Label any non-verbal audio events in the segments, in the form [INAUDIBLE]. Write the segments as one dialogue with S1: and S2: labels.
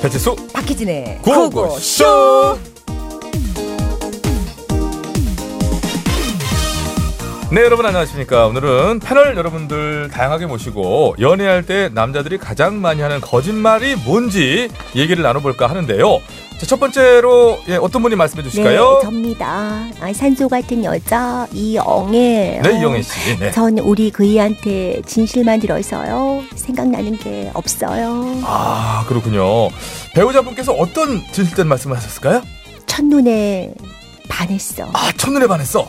S1: 배치수
S2: 박희진의
S1: 고고쇼 네 여러분 안녕하십니까 오늘은 패널 여러분들 다양하게 모시고 연애할 때 남자들이 가장 많이 하는 거짓말이 뭔지 얘기를 나눠볼까 하는데요 자, 첫 번째로 예, 어떤 분이 말씀해 주실까요?
S3: 네, 접니다. 아, 산소 같은 여자 이영애예요. 어,
S1: 네, 이영애 씨. 네.
S3: 전 우리 그이한테 진실만 들어서요. 생각나는 게 없어요.
S1: 아, 그렇군요. 배우자분께서 어떤 진실된 말씀을 하셨을까요?
S3: 첫눈에 반했어.
S1: 아, 첫눈에 반했어.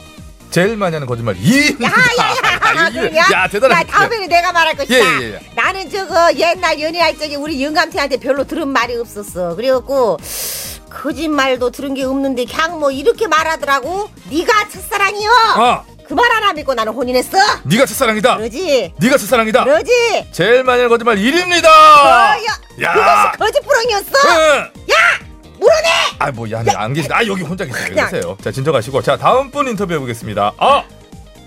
S1: 제일 많이 하는 거짓말 이. 야, [LAUGHS]
S2: 야, 아, 그럼요.
S1: 아, 예, 야, 대단하네.
S2: 야, 다음에는 내가 말할 것이다.
S1: 예, 예, 예.
S2: 나는 저거 옛날 연애할 적에 우리 영감태한테 별로 들은 말이 없었어. 그래갖고 거짓말도 들은 게 없는데 그냥 뭐 이렇게 말하더라고. 네가 첫사랑이여.
S1: 아,
S2: 그 말 하나 믿고 나는 혼인했어.
S1: 네가 첫사랑이다.
S2: 그러지,
S1: 네가 첫사랑이다.
S2: 그러지.
S1: 제일 많이 하는 거짓말 일입니다.
S2: 어,
S1: 야.
S2: 야, 그것이 거짓부렁이었어.
S1: 응.
S2: 물어내.
S1: 아, 뭐야, 안 계시. 아, 여기 혼자 계세요.
S2: 그냥.
S1: 계세요. 자, 진정하시고. 자, 다음 분 인터뷰해 보겠습니다. 아,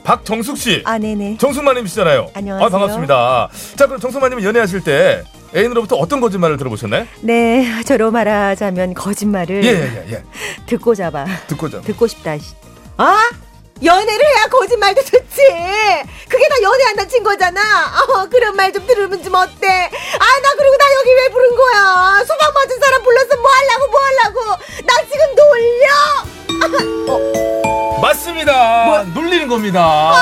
S1: 박정숙 씨.
S3: 아, 네네.
S1: 정숙마님이시잖아요.
S3: 안녕하세요.
S1: 아, 반갑습니다. 자, 그럼 정숙마님은 연애하실 때 애인으로부터 어떤 거짓말을 들어보셨나요?
S4: 네, 저로 말하자면 거짓말을
S2: 네.
S1: 예, 예, 예. 예.
S4: 듣고 잡아.
S1: 듣고자.
S4: 듣고 싶다. 씨.
S2: 아? 연애를 해야 거짓말도 좋지. 그게 다 연애한다는 친거잖아. 어, 그런 말 좀 들으면 좀 어때? 아, 나 그리고 나 여기 왜 부른 거야? 소방 맞은 사람 불러서 뭐 하려고 뭐 하려고? 나 지금 놀려.
S1: 맞습니다. 놀리는 겁니다.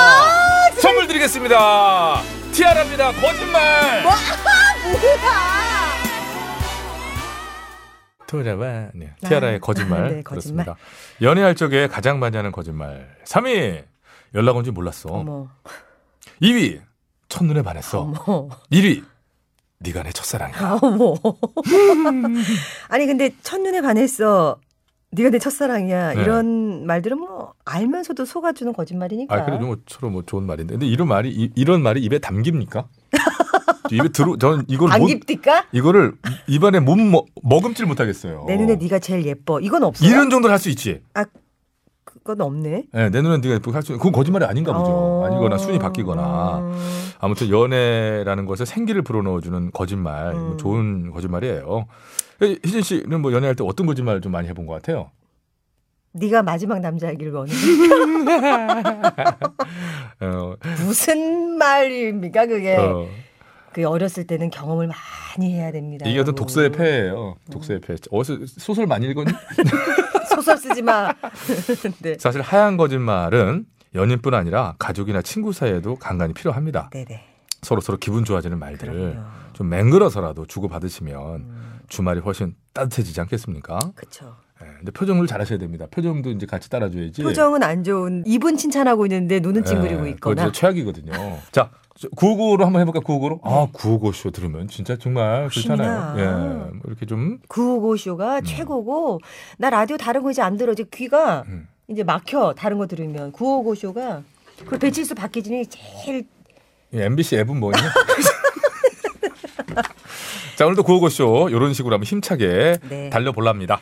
S1: 선물 드리겠습니다. 티아라입니다. 거짓말.
S2: 뭐야?
S1: 돌아와. 네. 티아라의 거짓말.
S4: [LAUGHS] 네, 거짓말.
S1: 그렇습니다. 연애할 적에 가장 많이 하는 거짓말. 3위. 연락 온 줄 몰랐어.
S4: 어머,
S1: 2위. 첫눈에 반했어.
S4: 어머,
S1: 1위. 네가 내 첫사랑이야.
S4: 아,
S1: [LAUGHS]
S4: 어머. 아니 근데 첫눈에 반했어. 네가 내 첫사랑이야.
S1: 네.
S4: 이런 말들은 뭐 알면서도 속아주는 거짓말이니까.
S1: 아, 그래도 뭐 서로 뭐 좋은 말인데. 근데 이런 말이 이, 이런 말이 입에 담깁니까? 저 입에 들어 저는 이걸
S4: 안
S1: 못
S4: 깊디까?
S1: 이거를 입안에 못 먹, 머금질 못 하겠어요.
S4: 내 눈에 네가 제일 예뻐. 이건 없어.
S1: 이런 정도는 할 수 있지.
S4: 그건 없네.
S1: 예, 내 눈엔 네가 예쁘게 할수 있는 그건 거짓말이 아닌가 보죠.
S4: 어.
S1: 아니거나 순위 바뀌거나
S4: 음.
S1: 아무튼 연애라는 것에 생기를 불어넣어주는 거짓말 뭐
S4: 음.
S1: 좋은 거짓말이에요. 예, 희진 씨는 뭐 연애할 때 어떤 거짓말 좀 많이 해본 것 같아요?
S4: 네가 마지막 남자이길 원해.
S1: 어,
S4: [LAUGHS] 무슨 말입니까 그게?
S1: 어,
S4: 그 어렸을 때는 경험을 많이 해야 됩니다.
S1: 이게 어떤
S4: 여러분.
S1: 독서의 폐예요. 독서의 폐. 어디서 소설 많이 읽었니?
S4: [LAUGHS] 소설 쓰지 마. [LAUGHS] 네.
S1: 사실 하얀 거짓말은 연인뿐 아니라 가족이나 친구 사이에도 간간히 필요합니다.
S4: 네네.
S1: 서로 서로 기분 좋아지는 말들을
S4: 그럼요.
S1: 좀 맹글어서라도 주고 받으시면
S4: 음,
S1: 주말이 훨씬 따뜻해지지 않겠습니까?
S4: 그쵸.
S1: 예, 근데 표정을 잘하셔야 됩니다. 표정도 이제 같이 따라줘야지.
S4: 표정은 안 좋은 입은 칭찬하고 있는데 눈은 찡그리고
S1: 예,
S4: 있거나
S1: 그거 진짜 최악이거든요. 자, 구호고로 한번 해볼까? 구호고로.
S4: 네.
S1: 아, 구호고쇼 들으면 진짜 정말
S4: 힘이
S1: 그렇잖아요.
S4: 나.
S1: 예, 뭐 이렇게 좀
S4: 구호고쇼가 최고고 나 라디오 다른 거 이제 안 들어 이제 귀가
S1: 음.
S4: 이제 막혀 다른 거 들으면 구호고쇼가 그 배칠수 박기진이 제일
S1: 이 MBC 예, 앱은 뭐냐? [LAUGHS] 자, 오늘도 구호고쇼 이런 식으로 한번 힘차게
S4: 네.
S1: 달려볼랍니다.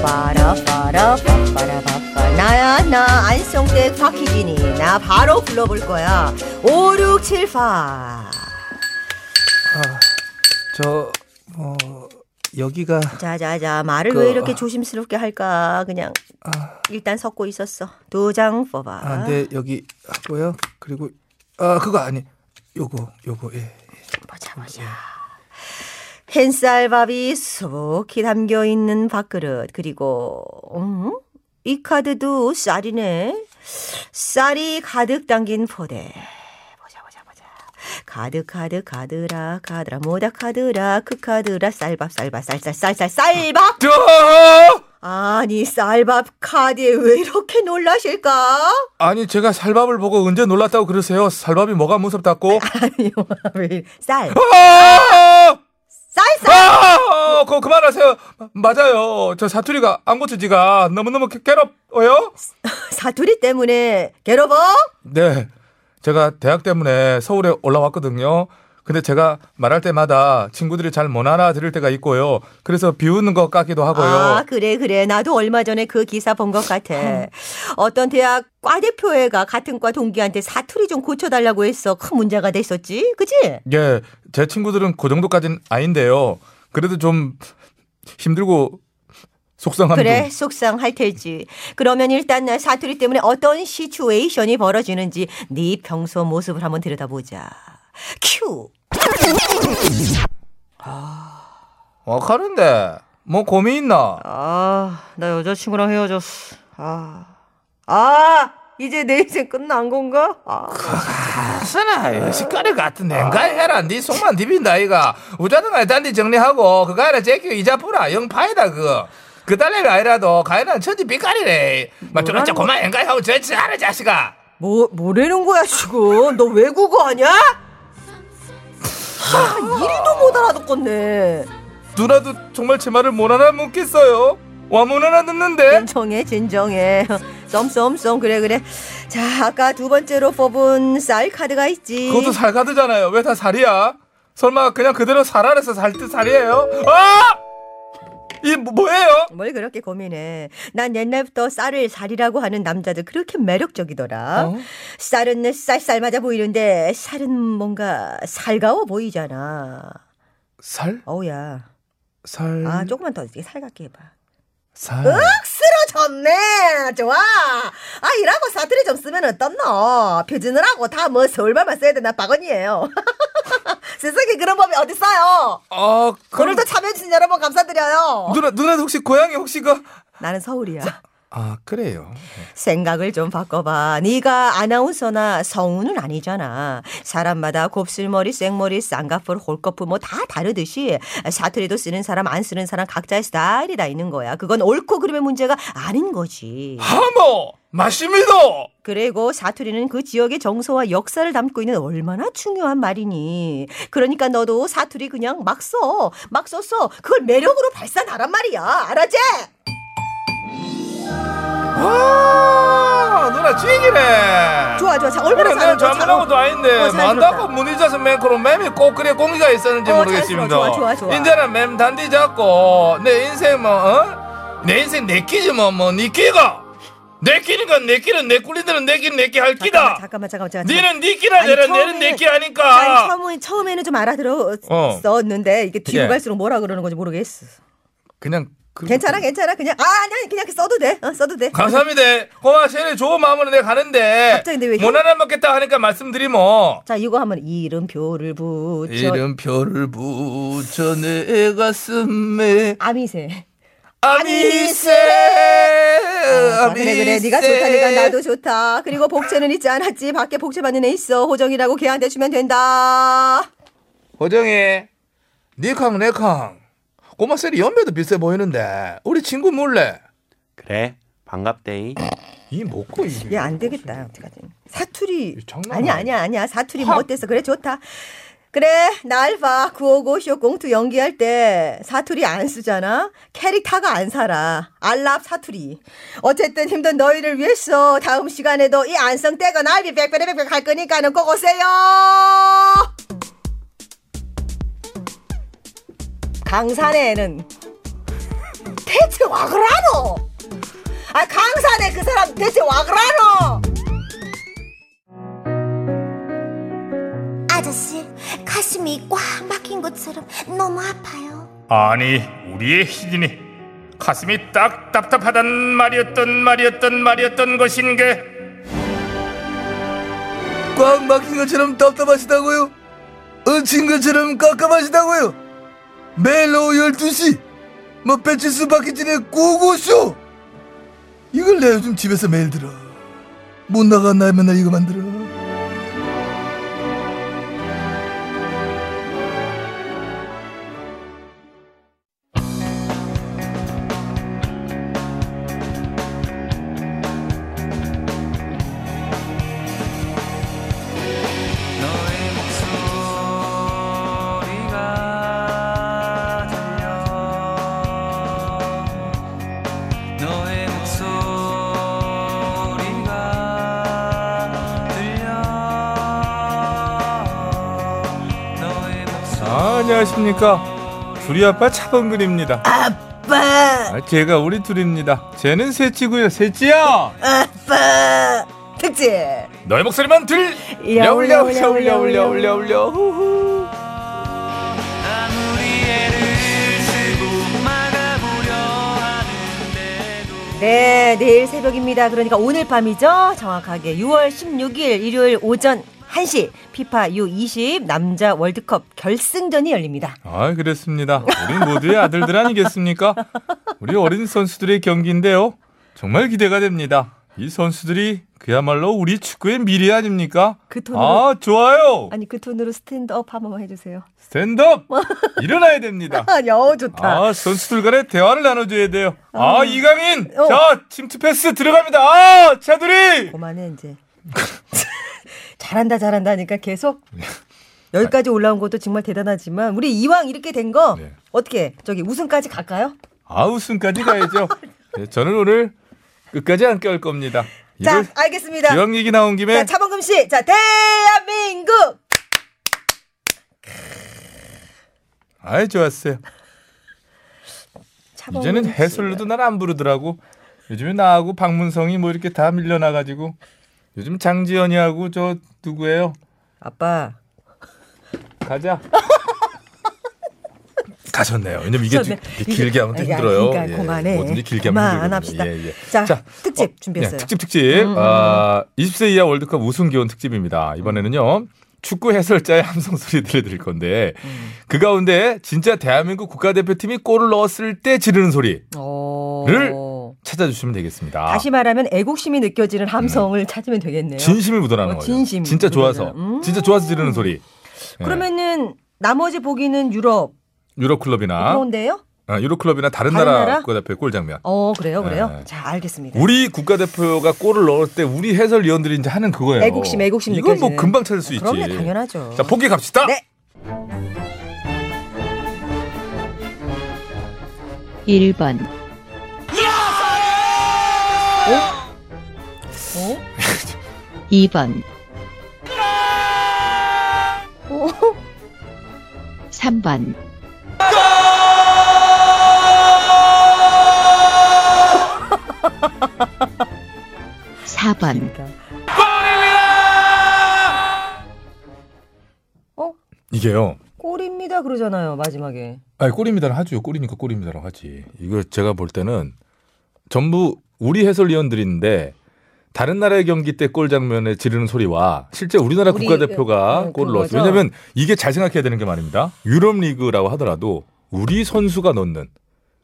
S2: 빠라빠라 빠빠라빠빠 나야 나 안성댁 박희진이 나 바로 불러볼 거야 5678
S5: 저, 어, 여기가,
S2: 자자자 말을
S5: 그-
S2: 왜 이렇게 조심스럽게 할까 그냥 일단 섞고 있었어 두 장 뽑아
S5: 아, 네, 여기 하고요. 그리고, 아, 그거 아니. 요거, 요거, 예.
S2: 보자 보자 햇쌀밥이 수북히 담겨 있는 밥그릇 그리고 음? 이 카드도 쌀이네 쌀이 가득 담긴 포대 보자 보자 보자 가득 가득 가드라 가드라 뭐다 가드라 그 가드라 쌀밥 쌀밥 쌀쌀쌀쌀 쌀밥
S4: 네.
S2: 아니 쌀밥 카드에 왜 이렇게 놀라실까? [LAUGHS]
S1: 아니 제가 살밥을 보고 언제 놀랐다고 그러세요? 살밥이 뭐가 무섭다고?
S4: 아니요 왜 쌀.
S1: 아!
S2: 뭐, 쌀쌀
S1: 아! 그거 그만하세요. 맞아요. 저 사투리가 안 고쳐지가 너무너무 괴- 괴롭어요.
S2: 사투리 때문에 괴로워
S1: 네. 제가 대학 때문에 서울에 올라왔거든요. 근데 제가 말할 때마다 친구들이 잘 못 알아들을 때가 있고요. 그래서 비웃는 것 같기도 하고요.
S2: 아, 그래, 그래. 나도 얼마 전에 그 기사 본 것 같아. 어떤 대학 과 대표회가 같은 과 동기한테 사투리 좀 고쳐달라고 해서 큰 문제가 됐었지. 그지?
S1: 예, 제 친구들은 그 정도까진 아닌데요. 그래도 좀 힘들고 속상함도
S2: 그래, 속상할 테지. 그러면 일단 나 사투리 때문에 어떤 시츄에이션이 벌어지는지 네 평소 모습을 한번 들여다보자. 큐!
S1: 와 가는데 어, 뭐 고민 있나?
S4: 아, 나 여자친구랑 헤어졌어. 아, 아, 이제 내 인생 끝난 건가? 아,
S1: 쓰나 시카리 같은 냉가에 해라 네 속만 디빈다 이가 우자등아에 단디 네 정리하고 그거 아니라 제끼 이자 뿌라 영파이다 그거 그 딸내가 아니라도 가인은 천지 빛깔이래 막 저런 저 고만 엥가하고 저지 않아 자식아
S4: 뭐, 뭐라는 거야, 지금? 너 외국어 아냐? 아, 이리도 못 알아듣겠네.
S1: 누나도 정말 제 말을 못 알아먹겠어요 와못 알아듣는데
S2: 진정해, 진정해. 썸썸썸, 그래, 그래. 자, 아까 두 번째로 뽑은 쌀 카드가 있지.
S1: 예. 그것도 살가드잖아요 왜 다 살이야 설마 그냥 그대로 살아라서 살듯 살이에요 아! 이 뭐- 뭐예요?
S2: 뭘 그렇게 고민해. 난 옛날부터 쌀을 살이라고 하는 남자들 그렇게 매력적이더라.
S1: 어?
S2: 쌀은 쌀쌀 맞아 보이는데 살은 뭔가 살가워 보이잖아.
S1: 살?
S2: 어우야.
S1: 살?
S2: 아, 조금만 더 이렇게 살갑게 해봐.
S1: 살?
S2: 쓰러졌네. 좋아. 아, 이라고 사투리 좀 쓰면 어떻노? 표준어라고 다 뭐 서울말만 써야 되나 박언이에요. [LAUGHS] 세상에 그런 법이 어딨어요.
S1: 아 그럼
S2: 오늘도 참여해주신 여러분 감사드려요.
S1: 누나 누나 혹시 고양이 혹시 그
S2: 나는 서울이야.
S1: 아 그래요.
S2: 생각을 좀 바꿔봐. 네가 아나운서나 성우는 아니잖아. 사람마다 곱슬머리, 생머리, 쌍꺼풀, 홀꺼풀 뭐 다 다르듯이 사투리도 쓰는 사람 안 쓰는 사람 각자의 스타일이 다 있는 거야. 그건 옳고 그름의 문제가 아닌 거지.
S1: 하모 마시미도
S2: 그리고 사투리는 그 지역의 정서와 역사를 담고 있는 얼마나 중요한 말이니. 그러니까 너도 사투리 그냥 막 써. 막 써서 그걸 매력으로 발산하란 말이야. 알았지?
S1: 아 누나 쥐기네.
S2: 좋아, 좋아. 자,
S1: 그래
S2: 얼마나
S1: 내가
S2: 잘하는 거야.
S1: 잘못한것도 아닌데
S2: 어, 잘한다.
S1: 만다고 무늬 자서 맨 그런 맴이 꼭 그래 공기가 있었는지
S2: 어,
S1: 모르겠습니다.
S2: 좋아, 좋아, 좋아, 좋아.
S1: 이제는 맴 단디 잡고 내 인생 뭐 어? 내 인생 내 끼지 뭐뭐네 끼가 내 끼니까 내 끼는 내 꿀리들은 내 끼는 내끼할
S2: 잠깐만,
S1: 끼다.
S2: 잠깐만, 잠깐만. 잠깐만.
S1: 니는 네 끼라
S2: 아니,
S1: 내는 내는
S2: 처음에는-
S1: 내끼
S2: 아니,
S1: 하니까.
S2: 처음에, 처음에는 좀 알아들었었는데 이게 뒤로
S1: 예.
S2: 갈수록 뭐라 그러는 건지 모르겠어.
S1: 그냥 그-
S2: 괜찮아, 괜찮아. 그냥 아, 아니, 그냥 써도 돼. 어, 써도 돼.
S1: 감사합니다. 고마 제일 좋은 마음으로 내가 가는데
S2: 갑자기 근데 왜 형-
S1: 못 알아먹겠다 하니까 말씀드리모.
S2: 자, 이거 하면 이름표를 붙여.
S1: 이름표를 붙여 내 가슴에
S2: 아미세.
S1: 아미세
S2: 아, 그래 그래 네가 좋다니까 나도 좋다 그리고 복채는 잊지 않았지 밖에 복채 받는 애 있어 호정이라고 걔한테 주면 된다
S1: 호정이 니캉 내캉 꼬마 셀이 연배도 비슷해 보이는데 우리 친구 몰래
S6: 그래 반갑데이
S1: 이 먹고 이게
S2: 얘 안 되겠다 어떡하지 사투리
S1: 이 장난
S2: 아니야
S1: 아니야.
S2: 아니야 아니야 사투리 뭐 어땠어 그래 좋다 그래 날봐 955쇼 공투 연기할 때 사투리 안 쓰잖아 캐릭터가 안 살아 알랍 사투리 어쨌든 힘든 너희를 위해서 다음 시간에도 이 안성 떼가 날비 백백백백 할 거니까는 꼭 오세요 강산에는 대체 와 그러노? 아 강산에 그 사람 대체 와 그러노?
S7: 아저씨 가슴이 꽉 막힌 것처럼 너무 아파요.
S8: 아니 우리의 희진이 가슴이 딱 답답하단 말이었던 말이었던 말이었던 것인게
S5: 꽉 막힌 것처럼 답답하시다고요? 얹힌 것처럼 깝깝하시다고요? 매일 오후 12시 뭐 배치수 박희진의 고고쇼 이걸 내가 요즘 집에서 매일 들어 못 나간 날 맨날 이거 만들어
S9: 너의 목소리가 들려
S1: 안녕하십니까. 둘이 아, 아빠 차범근입니다.
S2: 아빠,
S1: 아, 걔가 우리 둘입니다. 쟤는 셋이고요. 셋이야.
S2: 아빠. 특집.
S1: 너의 목소리만 들.
S2: 야, 울려, 울려, 울려, 울려,
S1: 울려 울려. 후후.
S2: 네, 내일 새벽입니다. 그러니까 오늘 밤이죠. 정확하게 6월 16일 일요일 오전 1시 피파 U20 남자 월드컵 결승전이 열립니다.
S1: 아, 그렇습니다. 우리 모두의 아들들 아니겠습니까? 우리 어린 선수들의 경기인데요. 정말 기대가 됩니다. 이 선수들이 그야말로 우리 축구의 미래 아닙니까?
S2: 그 톤으로
S1: 아, 좋아요.
S2: 아니 그 톤으로 스탠드업 한 번만 해주세요.
S1: 스탠드업. 일어나야 됩니다.
S2: 여 좋다.
S1: 아, 선수들 간에 대화를 나눠줘야 돼요. 아, 이강인.
S2: 어.
S1: 자, 침투 패스 들어갑니다. 아, 차두리.
S2: 그만해 이제. [LAUGHS] 잘한다 잘한다 하니까 계속 여기까지 올라온 것도 정말 대단하지만 우리 이왕 이렇게 된 거
S1: 네.
S2: 어떻게 저기 우승까지 갈까요?
S1: 아, 우승까지
S2: [LAUGHS]
S1: 가야죠. 네, 저는 오늘 끝까지 안 껴올 겁니다.
S2: 자
S1: 이걸
S2: 알겠습니다.
S1: 기왕 얘기 나온 김에
S2: 자 차범금 씨, 자 대한민국
S1: 아이 좋았어요.
S2: 어,
S1: 이제는 해설로도 날 안 부르더라고. 요즘에 나하고 박문성이 뭐 이렇게 다 밀려나가지고 요즘 장지연이하고 저 누구예요?
S2: 아빠 [LAUGHS]
S1: 가자. 가셨네요. 왜냐면 이게,
S2: 가셨네.
S1: 좀- 이게 길게 하면 또 힘들어요.
S2: 그러니까
S1: 예,
S2: 그만해.
S1: 뭐든지 길게
S2: 그만
S1: 하면
S2: 안
S1: 힘들거든요.
S2: 합시다.
S1: 예, 예.
S2: 자, 특집 준비했어요. 음,
S1: 예, 특집 특집. 아, 20세 이하 월드컵 우승 기원 특집입니다. 이번에는요. 축구 해설자의 [LAUGHS] 함성 소리 들려드릴 건데
S2: 음.
S1: 그 가운데 진짜 대한민국 국가대표팀이 골을 넣었을 때 지르는 소리를
S2: 어...
S1: 찾아주시면 되겠습니다.
S2: 다시 말하면 애국심이 느껴지는 함성을 찾으면 되겠네요.
S1: 진심이 묻어나는
S2: 어,
S1: 거예요.
S2: 진심이
S1: 진짜
S2: 묻어나는.
S1: 좋아서,
S2: 음.
S1: 진짜 좋아서 지르는 소리. 예,
S2: 그러면은 나머지 보기는 유럽
S1: 유럽 클럽이나
S2: 그런데요?
S1: 아, 유럽 클럽이나 다른,
S2: 다른
S1: 나라
S2: 나라?
S1: 국가대표의 골 장면.
S2: 어 그래요 그래요.
S1: 네.
S2: 자 알겠습니다.
S1: 우리 국가대표가 골을 넣을 때 우리 해설위원들이 이제 하는 그거예요.
S2: 애국심, 애국심
S1: 이건 뭐
S2: 느껴지는.
S1: 금방 찾을 수 있지.
S2: 그럼요 당연하죠.
S1: 자, 포기 갑시다.
S2: 네.
S9: 1번,
S2: 어?
S9: 2번, 3번, 4번,
S2: 그러니까.
S1: 이게요.
S2: 골입니다 그러잖아요 마지막에.
S1: 아니, 골입니다라고 하죠. 골이니까 골입니다라고 하지. 이거 제가 볼 때는 전부 우리 해설위원들인데 다른 나라의 경기 때 골 장면에 지르는 소리와 실제 우리나라
S2: 우리,
S1: 국가대표가
S2: 어, 그런
S1: 골을 넣었어요.
S2: 거죠.
S1: 왜냐면 이게 잘 생각해야 되는 게 말입니다. 유럽 리그라고 하더라도 우리 선수가 넣는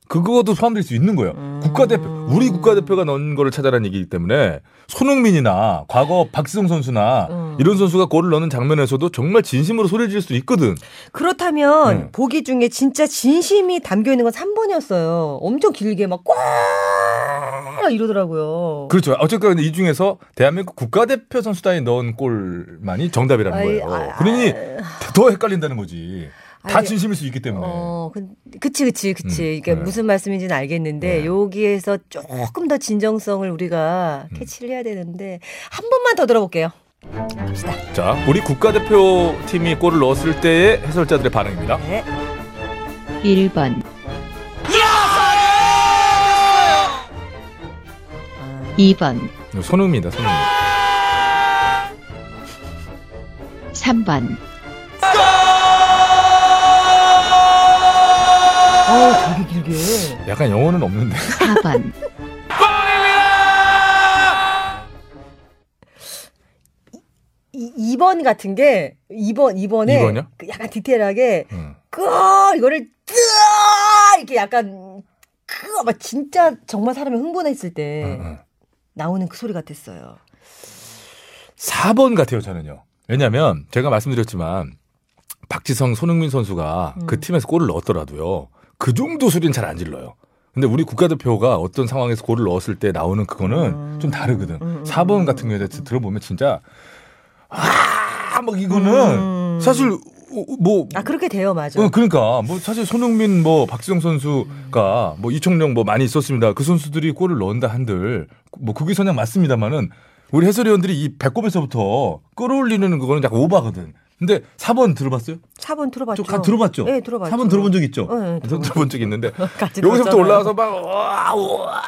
S1: 그거도 포함될 수 있는 거예요.
S2: 음.
S1: 국가대표 우리 국가대표가 넣은 거를 찾아라는 얘기이기 때문에 손흥민이나 과거 박지성 선수나
S2: 음.
S1: 이런 선수가 골을 넣는 장면에서도 정말 진심으로 소리 지를 수 있거든.
S2: 그렇다면
S1: 음.
S2: 보기 중에 진짜 진심이 담겨 있는 건 3번이었어요. 엄청 길게 막꽉 이러더라고요.
S1: 그렇죠. 어쨌거나 근데 이 중에서 대한민국 국가대표 선수 단위 넣은 골만이 정답이라는
S2: 아이,
S1: 거예요.
S2: 아,
S1: 그러니 더 헷갈린다는 거지. 다
S2: 아니,
S1: 진심일 수 있기 때문에.
S2: 어, 그, 그치, 그치, 그치.
S1: 네. 음,
S2: 그러니까
S1: 네.
S2: 무슨 말씀인지는 알겠는데,
S1: 네.
S2: 여기에서 조금 더 진정성을 우리가
S1: 음.
S2: 캐치를 해야 되는데, 한 번만 더 들어볼게요.
S1: 자, 우리 국가대표 팀이 골을 넣었을 때의 해설자들의 반응입니다.
S2: 네.
S9: 1번, 2번,
S1: 손흥민이다, 손흥민.
S9: 3번,
S2: 아우, 되게 길게.
S1: 약간 영어는 없는데.
S9: 4번, [LAUGHS]
S2: 이, 2번 같은 게, 2번, 2번에. 그
S1: 이번이요?
S2: 약간 디테일하게,
S1: 음.
S2: 끄 이거를 뜨 이렇게 약간, 끄어, 막 진짜 정말 사람이 흥분했을 때
S1: 음, 음.
S2: 나오는 그 소리 같았어요.
S1: 4번 같아요, 저는요. 왜냐면 제가 말씀드렸지만 박지성, 손흥민 선수가 그 팀에서 골을 넣었더라도요. 그 정도 소리는 잘 안 질러요. 근데 우리 국가대표가 어떤 상황에서 골을 넣었을 때 나오는 그거는 좀 다르거든. 4번 같은 경우에 대해서 들어보면 진짜 아, 막 이거는 사실 어, 뭐
S2: 아, 그렇게 돼요, 맞아.
S1: 어, 그러니까 뭐 사실 손흥민 뭐 박지성 선수가 뭐 이청용 뭐 많이 있었습니다. 그 선수들이 골을 넣는다 한들 뭐 그게 선양 맞습니다만은 우리 해설위원들이 이 배꼽에서부터 끌어올리는 그거는 약간 오바거든. 근데 4번 들어봤어요?
S2: 4번 들어봤죠.
S1: 좀 가- 들어봤죠?
S2: 네, 들어봤죠.
S1: 4번 들어본 적 있죠?
S2: 네, 네,
S1: 저도 들어본 적 있는데
S2: 같이
S1: 여기서부터
S2: 들었잖아요.
S1: 올라와서 막 우와 우와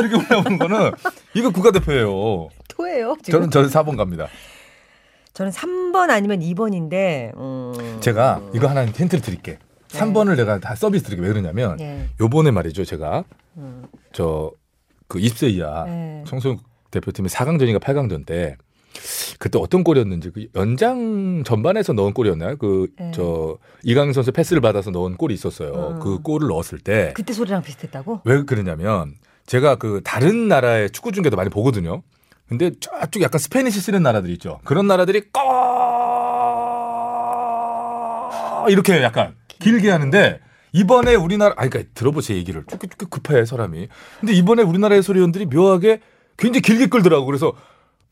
S1: 이렇게 올라오는 거는 이거 국가대표예요.
S2: 토예요. 지금.
S1: 저는 저는 4번 갑니다.
S2: 저는 3번 아니면 2번인데 음.
S1: 제가 이거 하나 힌트를 드릴게.
S2: 네.
S1: 3번을 내가 다 서비스 드리게 왜 그러냐면
S2: 예.
S1: 요번에 말이죠 제가
S2: 음.
S1: 저 그 20세 이하
S2: 네.
S1: 청소년 대표팀이 4강전인가 8강전 때 그때 어떤 골이었는지 그 연장 전반에서 넣은 골이었나요? 그
S2: 네.
S1: 저 이강인 선수 패스를 받아서 넣은 골이 있었어요.
S2: 어.
S1: 그 골을 넣었을 때 왜
S2: 그때 소리랑 비슷했다고?
S1: 그러냐면 제가 그 다른 나라의 축구 중계도 많이 보거든요. 근데 저쪽 약간 스페니시 쓰는 나라들 있죠. 그런 나라들이 꺼 이렇게 약간 길게 하는데 이번에 우리나라 아니 그러니까 들어보세 요 얘기를 쭉쭉쭉 급해 사람이. 근데 이번에 우리나라의 소리원들이 묘하게 굉장히 길게 끌더라고. 그래서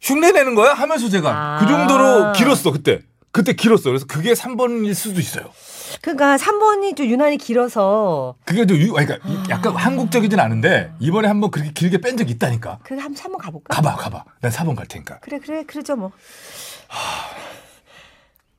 S1: 흉내 내는 거야 하면서 제가
S2: 아.
S1: 그 정도로 길었어 그때. 그때 길었어. 그래서 그게 3번일 수도 있어요.
S2: 그러니까 3번이 좀 유난히 길어서
S1: 그게 좀 유, 아니, 그러니까 이- 약간 한국적이진 않은데 이번에 한번 그렇게 길게 뺀 적이 있다니까.
S2: 그 한번 3번 가볼까?
S1: 가봐, 가봐. 난 4번 갈 테니까.
S2: 그래 그래 그러죠 뭐.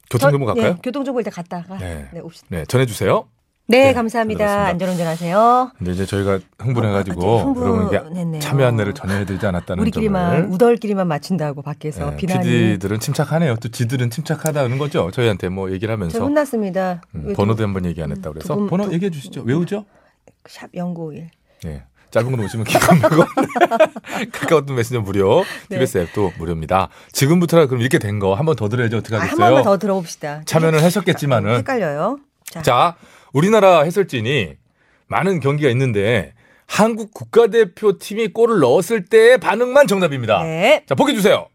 S1: 교통 정보 갈까요?
S2: 네, 교통정보 일단 갔다가
S1: 네.
S2: 네, 옵시다.
S1: 네, 전해주세요.
S2: 네,
S1: 네,
S2: 감사합니다.
S1: 그렇습니다.
S2: 안전운전 하세요.
S1: 근데 이제 저희가 흥분해가지고
S2: 어, 좀
S1: 여러분께
S2: 흥분했네요.
S1: 참여 안내를 전혀 해드리지 않았다는
S2: 우리끼리만
S1: 점을
S2: 우덜끼리만 맞춘다고 밖에서
S1: 네,
S2: 비난이
S1: PD들은 침착하네요. 또 지들은 침착하다는 거죠. 저희한테 뭐 얘기를
S2: 저
S1: 하면서
S2: 혼났습니다.
S1: 음,
S2: 왜
S1: 번호도 한번 얘기 안 했다 그래서
S2: 두 분,
S1: 번호
S2: 두-
S1: 얘기해 주시죠. 외우죠?
S2: 샵 연구일.
S1: 예. 짧은 건 오시면
S2: [LAUGHS]
S1: 기겁나고 [LAUGHS] 카카오톡 메신저 무료,
S2: 네.
S1: TBS 앱도 무료입니다. 지금부터라 그럼 이렇게 된 거 한 번 더 들어야지 어떻게
S2: 아, 한 번만
S1: 하겠어요?
S2: 더 들어봅시다. 네.
S1: 참여는 하셨겠지만은
S2: 헷갈려요. 자,
S1: 어. 자, 우리나라 해설진이 많은 경기가 있는데 한국 국가대표 팀이 골을 넣었을 때의 반응만 정답입니다.
S2: 네.
S1: 자, 보기 주세요.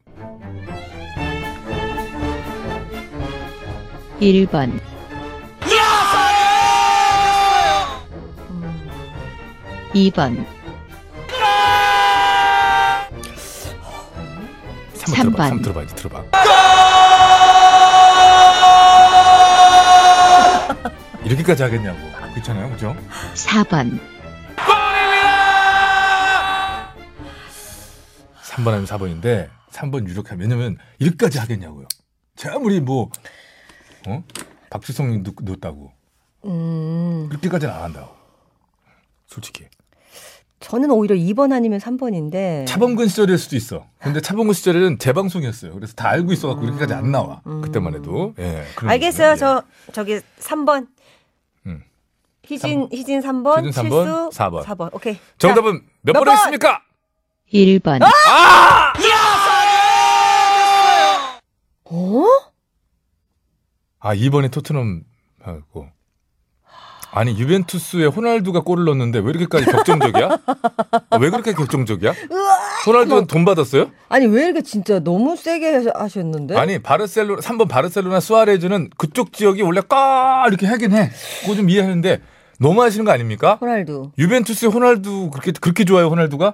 S9: 1번,
S2: 음,
S9: 2번,
S1: 3번 들어봐.
S9: 삼 번.
S1: 3 들어봐. 이제 들어봐. 3 이렇게까지 하겠냐고. 그렇잖아요. 그죠?
S9: 4번,
S1: 3번 아니면 4번인데 3번 유력하면 왜냐면 이렇게까지 하겠냐고요. 제 아무리 뭐 어? 박수성님 넣었다고
S2: 음,
S1: 그렇게까지는 안 한다고. 솔직히.
S2: 저는 오히려 2번 아니면 3번인데.
S1: 차범근 시절일 수도 있어. 근데 차범근 시절에는 재방송이었어요. 그래서 다 알고 있어갖고 이렇게까지 안 나와.
S2: 음.
S1: 그때만 해도. 예. 그런 거예요.
S2: 알겠어요. 저 저기 3번.
S1: 음.
S2: 희진 희진 3번,
S1: 희진 삼 번,
S2: 실수
S1: 사 번.
S2: 4번. 오케이.
S1: 예. 정답은 몇,
S2: 몇
S1: 번을
S2: 번?
S1: 했습니까?
S9: 1번,
S2: 자, 어?
S1: 아, 2번에 토트넘 하고. 아니, 유벤투스에 호날두가 골을 넣었는데 왜 이렇게까지 격정적이야? 아, 왜 그렇게 격정적이야?
S2: 뭐.
S1: 호날두는 돈 받았어요?
S2: 아니 왜 이렇게 진짜 너무 세게 하셔- 하셨는데?
S1: 아니, 바르셀로나, 3번 바르셀로나 수아레즈는 그쪽 지역이 원래 까! 이렇게 하긴 해. 그거 좀 이해하는데 너무 하시는 거 아닙니까?
S2: 호날두.
S1: 유벤투스 호날두 그렇게 그렇게 좋아요 호날두가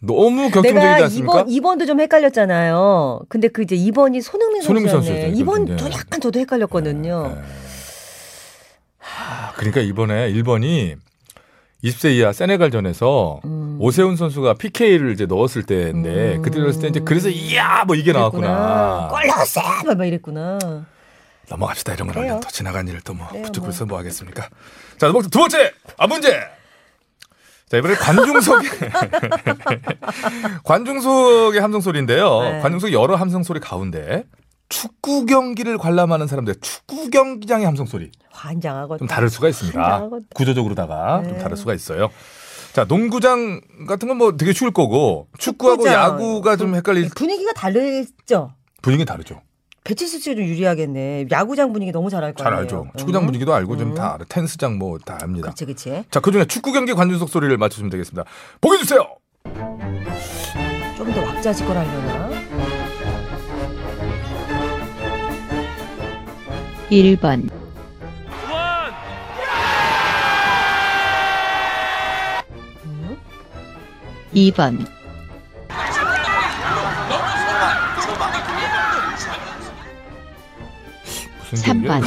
S1: 너무 격정적이지
S2: 내가
S1: 않습니까?
S2: 2번 2번도 좀 헷갈렸잖아요. 근데 그 이제 2번이 손흥민
S1: 손흥민
S2: 선수였네.
S1: 선수였죠,
S2: 2번
S1: 이번인데. 네,
S2: 도 약간 저도 헷갈렸거든요.
S1: 아, 그러니까 이번에 일본이 20세 이하 세네갈전에서
S2: 음.
S1: 오세훈 선수가 PK를 이제 넣었을 때인데
S2: 음.
S1: 그때 넣었을 때 이제 그래서 이야 뭐 이게 나왔구나.
S2: 골 넣었어. 막, 막 이랬구나. 아,
S1: 넘어갑시다 이런 건
S2: 그래요.
S1: 얼른 더 지나간 일을 또뭐
S2: 그래요,
S1: 붙잡고
S2: 뭐.
S1: 있어 뭐 하겠습니까? 자, 두 번째, 두 번째 아 문제. 자 이번에 관중석의 [LAUGHS] 관중석의 함성 소리인데요.
S2: 네.
S1: 관중석 여러 함성 소리 가운데 축구 경기를 관람하는 사람들 축구 경기장의 함성 소리
S2: 환장하거든.
S1: 좀 다를 수가 있습니다.
S2: 굉장하거든.
S1: 구조적으로다가 좀
S2: 아, 네.
S1: 다를 수가 있어요. 자 농구장 같은 건 뭐 되게 쉬울 거고 축구하고
S2: 축구장. 음.
S1: 야구가 좀 헷갈릴
S2: 분위기가 다르죠.
S1: 분위기 다르죠.
S2: 배치수 씨가 좀 유리하겠네. 야구장 분위기 너무 잘 알 거
S1: 잘
S2: 아니에요. 음.
S1: 알죠. 축구장 분위기도 알고 좀 다 알아. 테니스장 뭐 다 압니다.
S2: 그렇지 그렇지.
S1: 자, 그 중에 축구 경기 관중석 소리를 맞춰주면 되겠습니다. 보기 주세요!
S2: 좀 더 왁자지껄 하려나?
S9: 1번, 2번, 3번,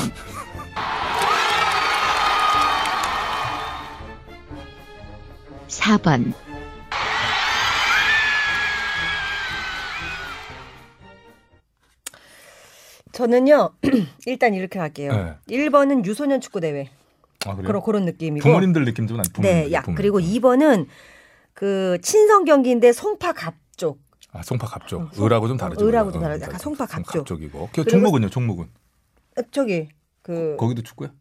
S9: 4번,
S2: 3번 저는요 [CLEARS THROAT] 일단 이렇게 할게요.
S1: 네.
S2: 1번은 유소년 축구 대회
S1: 아, 그래요?
S2: 그런 그런 느낌이고
S1: 부모님들 느낌 좀 안. 부모님들
S2: 네, 야
S1: 부모님.
S2: 그리고 2번은 그 친선 경기인데 송파 갑쪽
S1: 아, 송파 갑쪽.
S2: 어, 송-
S1: 을하고 좀 다르죠.
S2: 을하고 좀
S1: 어,
S2: 다르죠. 약간 송파 갑쪽.
S1: 갑쪽이고. 그
S2: 그리고-
S1: 종목은요, 종목은.
S2: 어, 저기 그
S1: 거기도 축구야?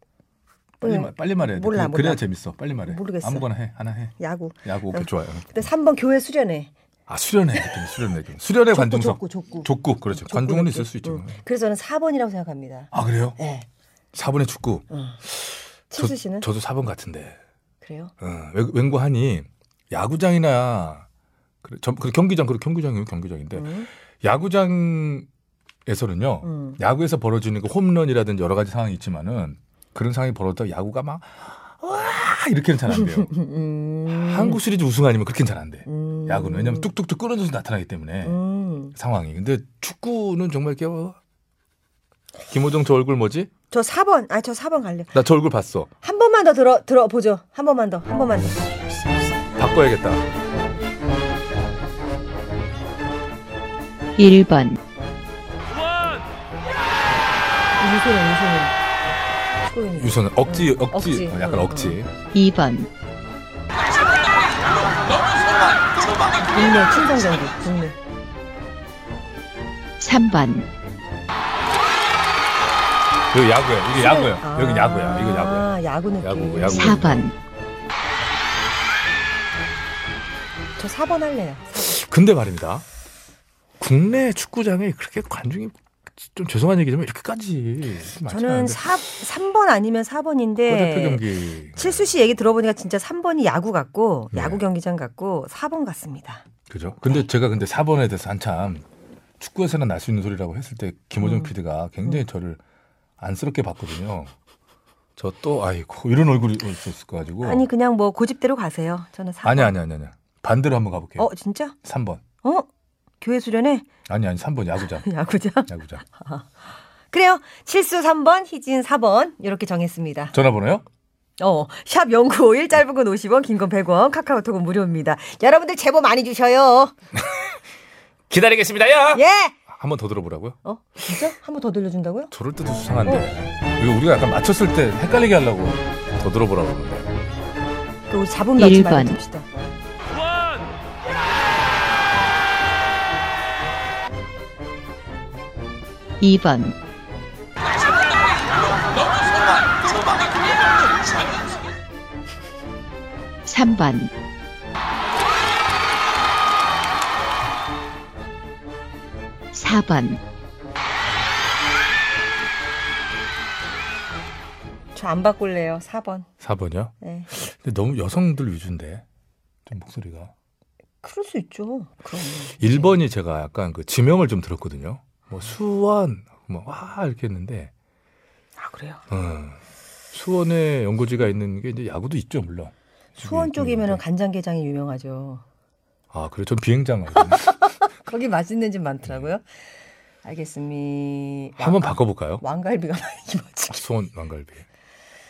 S1: 빨리
S2: 네.
S1: 말, 빨리 말해.
S2: 몰라,
S1: 그, 그래야
S2: 몰라.
S1: 재밌어. 빨리 말해.
S2: 모르겠어.
S1: 아무거나 해. 하나 해.
S2: 야구.
S1: 야구 오케이
S2: 어.
S1: 좋아요.
S2: 근데 3번 교회 수련회.
S1: 아 수련회 느낌, 수련회 느낌. 수련회 관중석.
S2: 족구 족구.
S1: 족구 그렇죠.
S2: 족구
S1: 관중은
S2: 느낌.
S1: 있을 수 있죠.
S2: 응. 그래서 저는 4번이라고 생각합니다.
S1: 아 그래요?
S2: 예.
S1: 4번의 축구.
S2: 칠수 씨는
S1: 저도 4번 같은데.
S2: 그래요?
S1: 응. 웬- 웬고하니 어, 야구장이나 그래, 전- 그 경기장 그래 경기장이면 경기장인데
S2: 음. [LAUGHS]
S1: 야구장에서는요.
S2: 음.
S1: 야구에서 벌어지는 그 홈런이라든지 여러 가지 상황이 있지만은 그런 상황이 벌어졌다 야구가 막 와 이렇게는 잘 안 돼요.
S2: 음.
S1: 한국 시리즈 우승 아니면 그렇게는 잘 안 돼.
S2: 음.
S1: 야구는 왜냐면 뚝뚝뚝 끊어져서 나타나기 때문에
S2: 음.
S1: 상황이. 근데 축구는 정말 이렇게 어, 김호정 저 얼굴 뭐지?
S2: 저 4번. 아, 저 4번 갈래요.
S1: 나 저 얼굴 봤어.
S2: 한 번만 더 들어 들어 보죠. 한 번만 더. 한 번만 더.
S1: 바꿔야겠다.
S9: 1번,
S2: 유소년, 유소년.
S1: 유선 억지 억지
S2: 억지.
S1: 어, 약간
S2: 응,
S1: 억지.
S9: 2번,
S2: 국내 친선 경기. 국내.
S9: 3번,
S1: 여기 그 야구야. 이게 야구야.
S2: 아,
S1: 여기 야구야. 이거 야구야.
S2: 아, 야구 느낌.
S1: 야구, 야구.
S9: 4번,
S2: 저 4번 할래요.
S1: 근데 말입니다. 국내 축구장에 그렇게 관중이 좀 죄송한 얘기지만 이렇게까지 많지
S2: 저는
S1: 않은데.
S2: 4, 3번 아니면
S1: 대표
S2: 4번인데
S1: 경기.
S2: 칠수 씨 얘기 들어보니까 진짜 3번이 야구 같고
S1: 네.
S2: 야구 경기장 같고 4번 같습니다.
S1: 그죠?
S2: 어.
S1: 근데 제가 근데 4번에 대해서 한참 축구에서는 날 수 있는 소리라고 했을 때
S2: 음.
S1: 김호정 PD가 굉장히 저를 안쓰럽게 봤거든요. 저 또 아이고 이런 얼굴이 있었을 거 가지고.
S2: 아니 그냥 뭐 고집대로 가세요. 저는 4번.
S1: 아니 아니 아니 아니. 반대로 한번 가볼게요.
S2: 어 진짜?
S1: 3번.
S2: 어? 교회 수련회? [LAUGHS]
S1: 아니 아니 3번 야구장.
S2: 야구장?
S1: 야구장.
S2: 그래요. 칠수 3번, 희진 4번 이렇게 정했습니다.
S1: 전화번호요?
S2: 어, 샵 0951 짧은 건 50원, 긴 건 100원, 카카오톡은 무료입니다. 여러분들 제보 많이
S1: [LAUGHS]
S2: 주셔요.
S1: 기다리겠습니다요.
S2: 예!
S1: 한 번 더 들어보라고요?
S2: 어? 진짜? 한 번 더 들려준다고요?
S1: 저럴 때도 수상한데. 이거 우리가 약간 맞췄을 때 헷갈리게 하려고 더 들어보라고 그러는데.
S2: 그 우리 잡음 넣지
S9: 일번.
S2: 말고 줍시다.
S9: 2번, 삼번 4번,
S2: 저 안 바꿀래요. 4번.
S1: 4번이요?
S2: 네.
S1: 근데 너무 여성들 위주인데. 좀 목소리가.
S2: 그럴 수 있죠. 그럼.
S1: 1번이 제가 약간 그 지명을 좀 들었거든요. 뭐 수원, 뭐와 이렇게 했는데
S2: 아, 그래요.
S1: 어, 수원에 연고지가 있는 게 이제 야구도 있죠 물론. 음,
S2: 수원 쪽이면
S1: 있는데.
S2: 간장게장이 유명하죠.
S1: 아 그래 전 비행장 알거든요.
S2: 거기 맛있는 집 많더라고요.
S1: [LAUGHS]
S2: 알겠습니다.
S1: 한번 바꿔볼까요?
S2: 왕갈비가 [LAUGHS] 많이 맛있게.
S1: 수원 왕갈비.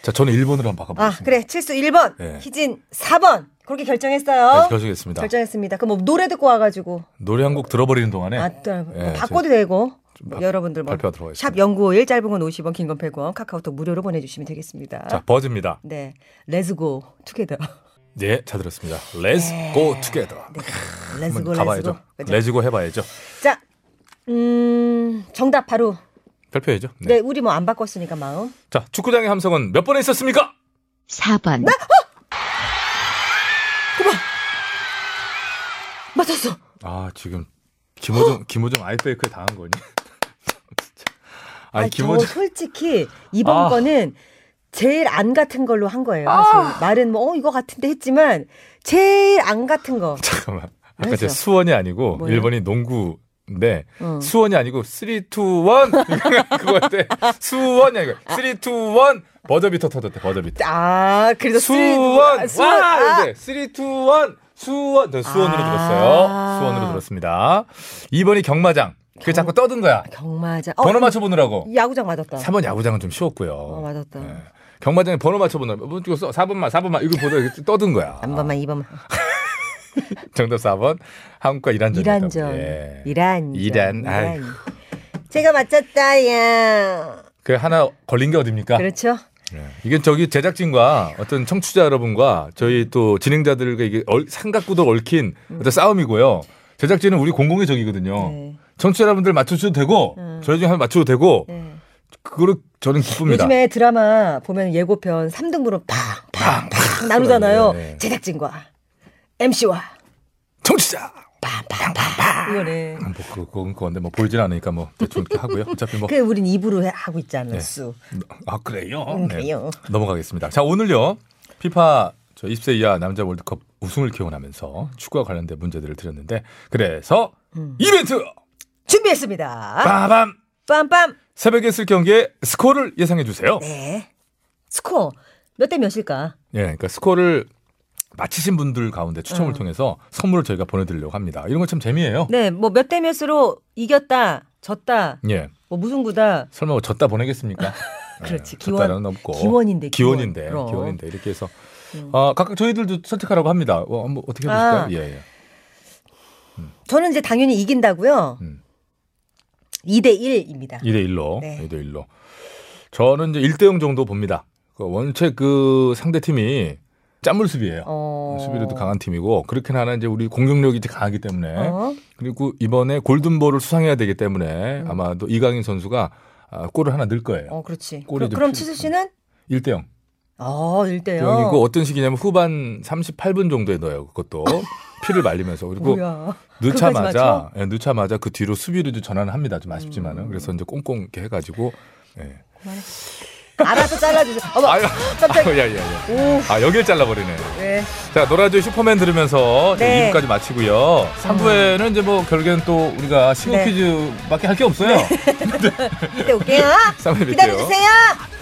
S1: 자 저는 1번으로 한번
S2: 아,
S1: 바꿔보겠습니다.
S2: 그래. 칠수 1번,
S1: 네.
S2: 희진 4번. 그렇게 결정했어요.
S1: 네, 결정했습니다.
S2: 결정했습니다. 그럼 뭐 노래 듣고 와가지고
S1: 노래 한 곡 들어버리는 동안에
S2: 아, 또
S1: 예,
S2: 바꿔도 되고
S1: 좀 바-
S2: 여러분들 뭐
S1: 발표하도록 하겠습니다.
S2: 샵0951 짧은 건 50원, 긴 건 100원, 카카오톡 무료로 보내주시면 되겠습니다.
S1: 자 버즈입니다.
S2: 네, 레츠고 투게더.
S1: 네, 잘 들었습니다. Let's go together.
S2: 네,
S1: 한번
S2: 레츠고 레츠고.
S1: 가봐야죠. 레지고 해봐야죠.
S2: 자, 음, 정답 바로.
S1: 발표해야죠. 네.
S2: 네, 우리 뭐 안 바꿨으니까 마음.
S1: 자 축구장의 함성은 몇 번에 있었습니까?
S9: 4번,
S2: 맞았어.
S1: 아 지금 김호정 김호정 아이페이크에 당한 거니? 진짜. 아니
S2: 아,
S1: 김호정
S2: 저 솔직히 이번
S1: 아.
S2: 거는 제일 안 같은 걸로 한 거예요. 사실 말은 뭐 어, 이거 같은데 했지만 제일 안 같은 거.
S1: [LAUGHS] 잠깐만 아까
S2: 알았어요.
S1: 제 수원이 아니고
S2: 뭐예요? 어.
S1: 일본이 농구인데
S2: 응.
S1: 수원이 아니고 3, 2, 1 [LAUGHS] 그거였대 수원이 아니고 3, 2, 1 버저비터 터졌대 버저비터
S2: 아, 그래서
S1: 수원
S2: 수원.
S1: 와
S2: 아,
S1: 이제 3, 2, 1 수원 저 수원으로
S2: 아.
S1: 들었어요 수원으로 들었습니다 2번이 경마장 그게 자꾸 떠든 거야
S2: 경마장. 어,
S1: 번호 맞춰보느라고
S2: 야구장 맞았다.
S1: 3번 야구장은 좀 쉬웠고요
S2: 어, 맞았다.
S1: 예. 경마장에 번호 맞춰본다. 뭐 이거 써, 4번만, 4번만. 이거 보다 이렇게 떠든 거야.
S2: 한 번만, 이번만
S1: 아, 정답 4번. 한국과 이란 전.
S2: 이란전.
S1: 예.
S2: 이란.
S1: 이란, 아이고.
S2: 제가 맞췄다, 야.
S1: 그 하나 걸린 게 어딥니까?
S2: 그렇죠?
S1: 이게 저기 제작진과 어떤 청취자 여러분과 저희 또 진행자들과 이게 얼- 생각보다 얽힌 어떤 싸움이고요. 제작진은 우리 공공의 적이거든요.
S2: 음. 네.
S1: 청취자 여러분들 맞춰주셔도 되고 저희 중에 한 번 맞춰도 되고
S2: 음. 네.
S1: 그거를 저는 기쁩니다.
S2: 요즘에 드라마 보면 예고편 3등분으로 팡팡팡 나누잖아요.
S1: 네, 네.
S2: 제작진과 MC와
S1: 청취자!
S2: 이거네.
S1: 뭐 그거- 그건 그건데 뭐 보이진 않으니까 뭐 대충 이렇게 하고요. 어차피 뭐
S2: 그 우린 입으로 해- 하고 있지 않았수.
S1: 아 그래요?
S2: 음, 그래요.
S1: 넘어가겠습니다. 자 오늘요 피파 저 20세 이하 남자 월드컵 우승을 기원하면서 축구와 관련된 문제들을 드렸는데 그래서
S2: 음.
S1: 이벤트
S2: 준비했습니다.
S1: 빠밤
S2: 빰빰.
S1: 새벽에 쓸 경기의 스코어를 예상해 주세요.
S2: 네. 스코어 몇 대 몇일까?
S1: 예, 그러니까 스코어를 맞히신 분들 가운데
S2: 음.
S1: 추첨을 통해서 선물을 저희가 보내드리려고 합니다. 이런 건 참 재미예요.
S2: 네, 뭐 몇 대 몇으로 이겼다, 졌다,
S1: 예,
S2: 뭐 무승부다.
S1: 설마 뭐 졌다
S2: [LAUGHS]
S1: 보내겠습니까?
S2: 그렇지.
S1: 예, 졌다는
S2: 기원-
S1: 없고
S2: 기원인데, 기원.
S1: 기원인데
S2: 그럼. 음.
S1: 기원인데 이렇게 해서 어, 각각 저희들도 선택하라고 합니다. 어, 뭐 어떻게 보실까요?
S2: 아.
S1: 예, 예.
S2: 저는 이제 당연히 이긴다고요.
S1: 음.
S2: 2대 1입니다.
S1: 2대 1로.
S2: 네.
S1: 2대 1로. 저는 이제 1대 0 정도 봅니다. 그 원체 그 상대팀이 짠물 수비예요.
S2: 어.
S1: 아, 수비로도 강한 팀이고 그렇게 하나 이제 우리 공격력이 이제 강하기 때문에
S2: 어?
S1: 그리고 이번에 골든볼을 수상해야 되기 때문에 아마도 이강인 선수가 아, 골을 하나 넣을 거예요.
S2: 음. 어, 그렇지.
S1: 골이
S2: 그럼,
S1: 이제
S2: 그럼
S1: 필-
S2: 치수 씨는?
S1: 일 1대 0.
S2: 어, 1대 0.
S1: 0이고 어떤 식이냐면 후반 38분 정도에 넣어요.
S2: [LAUGHS]
S1: 그것도 피를 말리면서 그리고
S2: 뭐야. 그거까지
S1: 넣자마자
S2: 맞춰? 음.
S1: 예, 넣자마자 그 뒤로 수비로 이제 전환을 합니다. 좀 아쉽지만은 그래서 이제 꽁꽁 이렇게 해가지고 예.
S2: 알아서 잘라주세요. 어머,
S1: 아유,
S2: 깜짝이야.
S1: 아유, 야, 야, 야. 아, 여길 잘라버리네.
S2: 네.
S1: 자, 노라조 슈퍼맨 들으면서
S2: 네.
S1: 2부까지 마치고요. 3부에는 이제 뭐 결국엔 또 우리가 시공
S2: 네.
S1: 퀴즈밖에 할 게 없어요.
S2: 이때 올게요.
S1: [LAUGHS] 삼 3부에 뵐게요.
S2: 기다려주세요.